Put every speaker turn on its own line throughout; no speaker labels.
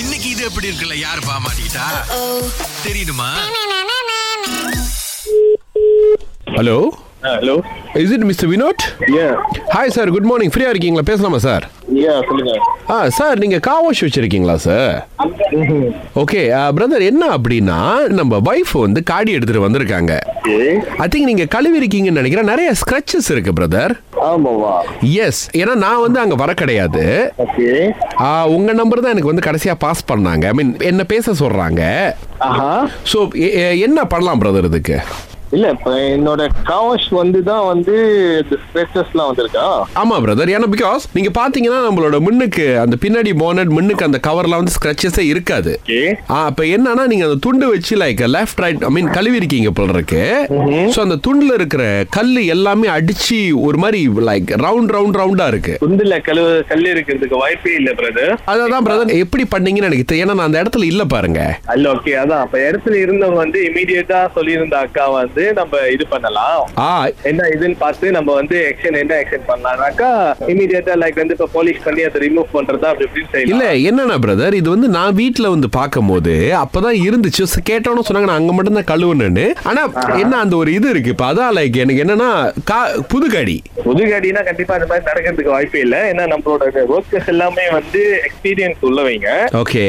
இன்னைக்கு இது எப்படி இருக்குல்ல யார் பாமாட்டா தெரியுமா
hello
hello
is it mister Vinod
ஏ
ஹாய் சார் குட் மார்னிங் ஃப்ரீயாக இருக்கீங்களா பேசலாமா சார்
ஏ சொல்லுங்க
ஆ சார் நீங்கள் காவாஷ் வச்சுருக்கீங்களா சார் ஓகே பிரதர் என்ன அப்படின்னா நம்ம ஒய்ஃப் வந்து காடி எடுத்துகிட்டு வந்திருக்காங்க
ஏ
ஐ திங்க் நீங்கள் கழுவிருக்கீங்கன்னு நினைக்கிறேன் நிறைய ஸ்க்ரச்சஸ் இருக்குது பிரதர்
ஆமாவா
எஸ் ஏன்னா நான் வந்து அங்கே வர கிடையாது
ஓகே
ஆ, உங்க நம்பர் தான் எனக்கு வந்து கடைசியா பாஸ் பண்ணாங்க ஐ மீன் என்ன பேச சொல்றாங்க
ஆஹா
ஸோ என்ன பண்ணலாம் பிரதர் இதுக்கு
இல்ல இப்ப என்னோட கவர்ஸ் வந்து தான் வந்து ஸ்பேசஸ்லாம் வந்திருக்கா
ஆமா பிரதர் ஏன்னா பிகாஸ் நீங்க பாத்தீங்கன்னா நம்மளோட முன்னுக்கு அந்த பின்னாடி போனட் முன்னுக்கு அந்த கவர்ல வந்து ஸ்க்ரச்சஸே இருக்காது
ஓகே
ஆ அப்ப என்னன்னா நீங்க அந்த துண்டு வச்சு like left right I mean கழுவி இருக்கீங்க போல இருக்கு ஸோ அந்த துண்டுல இருக்கிற கல் எல்லாமே அடிச்சு ஒரு மாதிரி லைக் ரவுண்ட் ரவுண்ட் ரவுண்டா இருக்கு
துண்டுல கழு கல் இருக்கிறதுக்கு வாய்ப்பே இல்ல பிரதர்
அதான் பிரதர் எப்படி பண்ணீங்கன்னு எனக்கு தெரியல ஏன்னா நான் அந்த இடத்துல இல்ல பாருங்க
அல்ல ஓகே அதான் அப்ப இடத்துல இருந்தவங்க வந்து இமீடியட்டா சொல்லியிருந்த அக்கா வந்து நம்ம இது பண்ணலாம்
ஆ
என்ன இதுன்னு பார்த்து நம்ம வந்து ஆக்ஷன் என்ன ஆக்ஷன் பண்ணலாம்னாக்கா இமீடியட்டா லைக் வந்து இப்ப போலீஸ் பண்ணி அதை ரிமூவ் பண்றதா அப்படி இப்படின்னு
இல்ல
செய்யலாம்
என்னன்னா பிரதர் இது வந்து நான் வீட்ல வந்து பார்க்கும்போது அப்பதான் இருந்துச்சு So, கேட்டோன்னு சொன்னாங்க நான் அங்க மட்டும் தான் கழுவுனேன்னு ஆனா என்ன அந்த ஒரு இது இருக்கு இப்ப அதான் லைக் எனக்கு என்னன்னா கா- புது கடி
முதுகடினா கண்டிப்பா இந்த மாதிரி நடக்கிறதுக்கு வாய்ப்பே இல்லை ஏன்னா நம்மளோட ஒர்க்கர்ஸ் எல்லாமே வந்து எக்ஸ்பீரியன்ஸ் உள்ளவங்க
ஓகே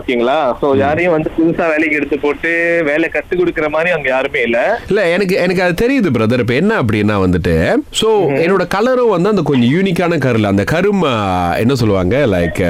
ஓகேங்களா சோ யாரையும் வந்து புதுசா வேலைக்கு எடுத்து போட்டு வேலை கத்து கொடுக்குற மாதிரி அங்க யாருமே இல்ல
இல்ல எனக்கு எனக்கு அது தெரியுது பிரதர் இப்ப என்ன அப்படின்னா வந்துட்டு சோ என்னோட கலரும் வந்து அந்த கொஞ்சம் யூனிக்கான கருல அந்த கரும் ஆ, என்ன சொல்லுவாங்க லைக்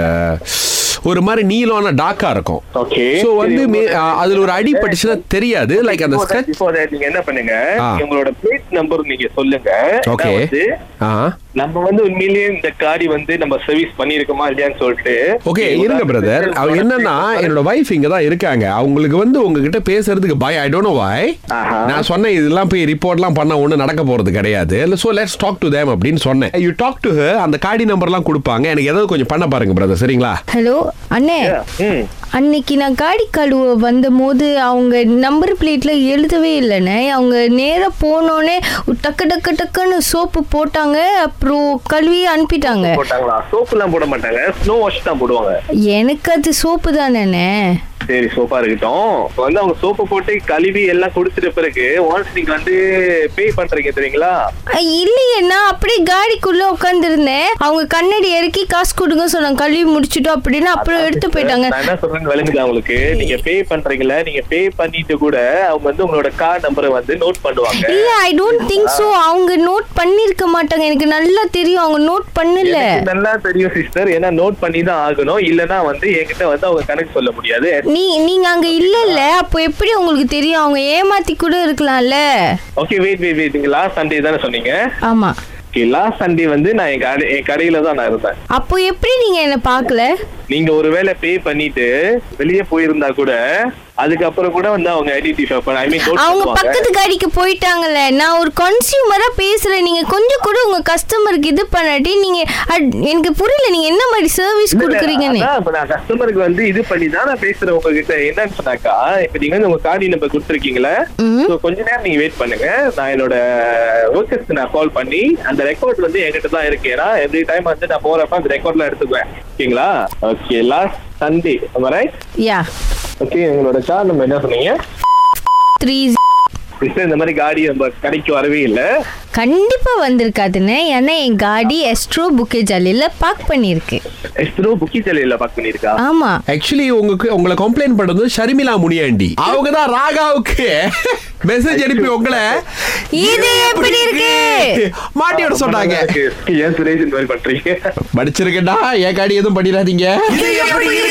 ஒரு மாதிரி நீளமான டாக்கா இருக்கும்
ஓகே
சோ வந்து மே- ஆ, அதுல ஒரு அடி பட்டுச்சுன்னா தெரியாது லைக் அந்த ஸ்கெட்ச்
நீங்க என்ன பண்ணுங்க
ஆ.
உங்களோட பிளேட் நம்பர் நீங்க சொல்லுங்க
ஓகே
நான் வந்து
ஆ
நம்ம வந்து உண்மையிலேயே இந்த காடி வந்து நம்ம சர்வீஸ் பண்ணிருக்கோமா இல்லையான்னு சொல்லிட்டு
ஓகே இருங்க பிரதர் அவங்க என்னன்னா என்னோட வைஃப் இங்க தான் இருக்காங்க அவங்களுக்கு வந்து உங்ககிட்ட பேசுறதுக்கு பய ஐ டோன்ட் நோ வை
ஆஹா.
நான் சொன்னேன் இதெல்லாம் போய் ரிப்போர்ட்லாம் பண்ண ஒன்றும் நடக்க போறது கிடையாது இல்லை so let's talk to them அப்படின்னு சொன்னேன் யூ டாக் டு அந்த காடி நம்பர்லாம் கொடுப்பாங்க எனக்கு ஏதாவது கொஞ்சம் பண்ண பாருங்க பிரதர் சரிங்களா
ஹலோ அண்ணே
ம்
அன்னைக்கு நான் காடி கழுவ வந்தபோது அவங்க நம்பர் பிளேட்ல எழுதவே இல்லைண்ணே அவங்க நேராக போனோடனே டக்கு டக்கு டக்குன்னு சோப்பு போட்டாங்க அப்புறம் கழுவி அனுப்பிட்டாங்க
போட்டாங்களா சோப்பு எல்லாம் போட மாட்டாங்க ஸ்னோ வாஷ் தான் போடுவாங்க
எனக்கு அது சோப்பு தானேண்ணே
சரி சோப்பா இருக்கட்டும் இப்ப வந்து அவங்க சோப்பு போட்டு கழுவி எல்லாம் கொடுத்துட்ட பிறகு ஒன்ஸ் நீங்க வந்து பே பண்றீங்க தெரியுங்களா
அஹ் இல்லையே நான் அப்படியே காடிக்குள்ள உட்காந்துருந்தேன் அவங்க கண்ணாடி இறக்கி காசு கொடுங்க சொன்னாங்க கழுவி முடிச்சுட்டோம் அப்படின்னு அப்புறம் எடுத்து போயிட்டாங்க
நான் என்ன சொல்றேன்னு விளங்குதா உங்களுக்கு நீங்க பே பண்றீங்கல்ல நீங்க பே பண்ணிட்டு கூட அவங்க வந்து உங்களோட கார்டு நம்பரை வந்து நோட் பண்ணுவாங்க
இல்ல ஐ டோன்ட் திங்க் சோ அவங்க நோட் பண்ணிருக்க மாட்டாங்க எனக்கு நல்லா தெரியும் அவங்க நோட் பண்ணல
எனக்கு நல்லா தெரியும் சிஸ்டர் ஏன்னா நோட் பண்ணி தான் ஆகணும் இல்லனா வந்து என்கிட்ட வந்து அவங்க கணக்கு சொல்ல முடியாது
நீ நீங்க அங்க இல்லல்ல அப்போ எப்படி உங்களுக்கு தெரியும் அவங்க ஏமாத்தி கூட இருக்கலாம்ல
ஓகே வெயிட் வெயிட் வெயிட் நீங்க லாஸ்ட் சண்டே தானே சொன்னீங்க
ஆமா
லாஸ்ட் சண்டே வந்து நான் என் கடை என் கடையில தான் நான் இருந்தேன்
அப்போ எப்படி நீங்க என்ன பார்க்கல
நீங்க ஒருவேளை பே பண்ணிட்டு வெளியே போயிருந்தா கூட அதுக்கப்புறம் கூட வந்து அவங்க ஐடென்டிஃபை பண்ண ஐ மீன் நோட்
அவங்க
பண்ணுவாங்க
பக்கத்து கடைக்கு போயிட்டாங்கல்ல நான் ஒரு கன்சியூமரா பேசுறேன் நீங்க கொஞ்சம் கூட உங்க கஸ்டமருக்கு இது பண்ணாட்டி நீங்க அட்- எனக்கு புரியல நீங்க என்ன மாதிரி சர்வீஸ்
இல்ல,
கொடுக்குறீங்கன்னு
அதான் இப்ப நான் கஸ்டமருக்கு வந்து இது பண்ணி தான் நான் பேசுறேன் உங்ககிட்ட என்னன்னு சொன்னாக்கா இப்ப நீங்க வந்து உங்க கார்டு நம்பர் கொடுத்துருக்கீங்களா சோ கொஞ்ச நேரம் நீங்க வெயிட் பண்ணுங்க நான் என்னோட ஒர்க்கர்ஸ்க்கு நான் கால் பண்ணி அந்த ரெக்கார்ட் வந்து என்கிட்ட தான் இருக்கு ஏன்னா எவ்ரி டைம் வந்து நான் போறப்ப அந்த ரெக்கார்ட்லாம் எடுத்துக்குவேன் ஓகேங்களா okay last Sunday right
yeah
okay உங்களோட கார் நம்பர் என்ன சொன்னீங்க
த்ரீ
சிஸ்டர் இந்த மாதிரி காடி நம்ம கடைக்கு வரவே இல்லை
கண்டிப்பா வந்திருக்காதுன்னு ஏன்னா என் காடி எஸ்ட்ரோ புக்கே ஜாலியில பார்க் பண்ணிருக்கு
எஸ்ட்ரோ புக்கி ஜலையில பாக் பண்ணிருக்கா
ஆமா
ஆக்சுவலி உங்களுக்கு உங்களை கம்ப்ளைண்ட் பண்றது ஷர்மிளா முனியாண்டி அவங்க தான் ராகாவுக்கு மெசேஜ் அனுப்பி உங்களை
இது எப்படி இருக்கு
மாட்டி விட சொன்னாங்க
ஏன் சுரேஷ் இந்த மாதிரி பண்றீங்க
படிச்சிருக்கேன்டா ஏன் காடி எதுவும் பண்ணிடாதீங்க
இது எப்படி இருக்கு?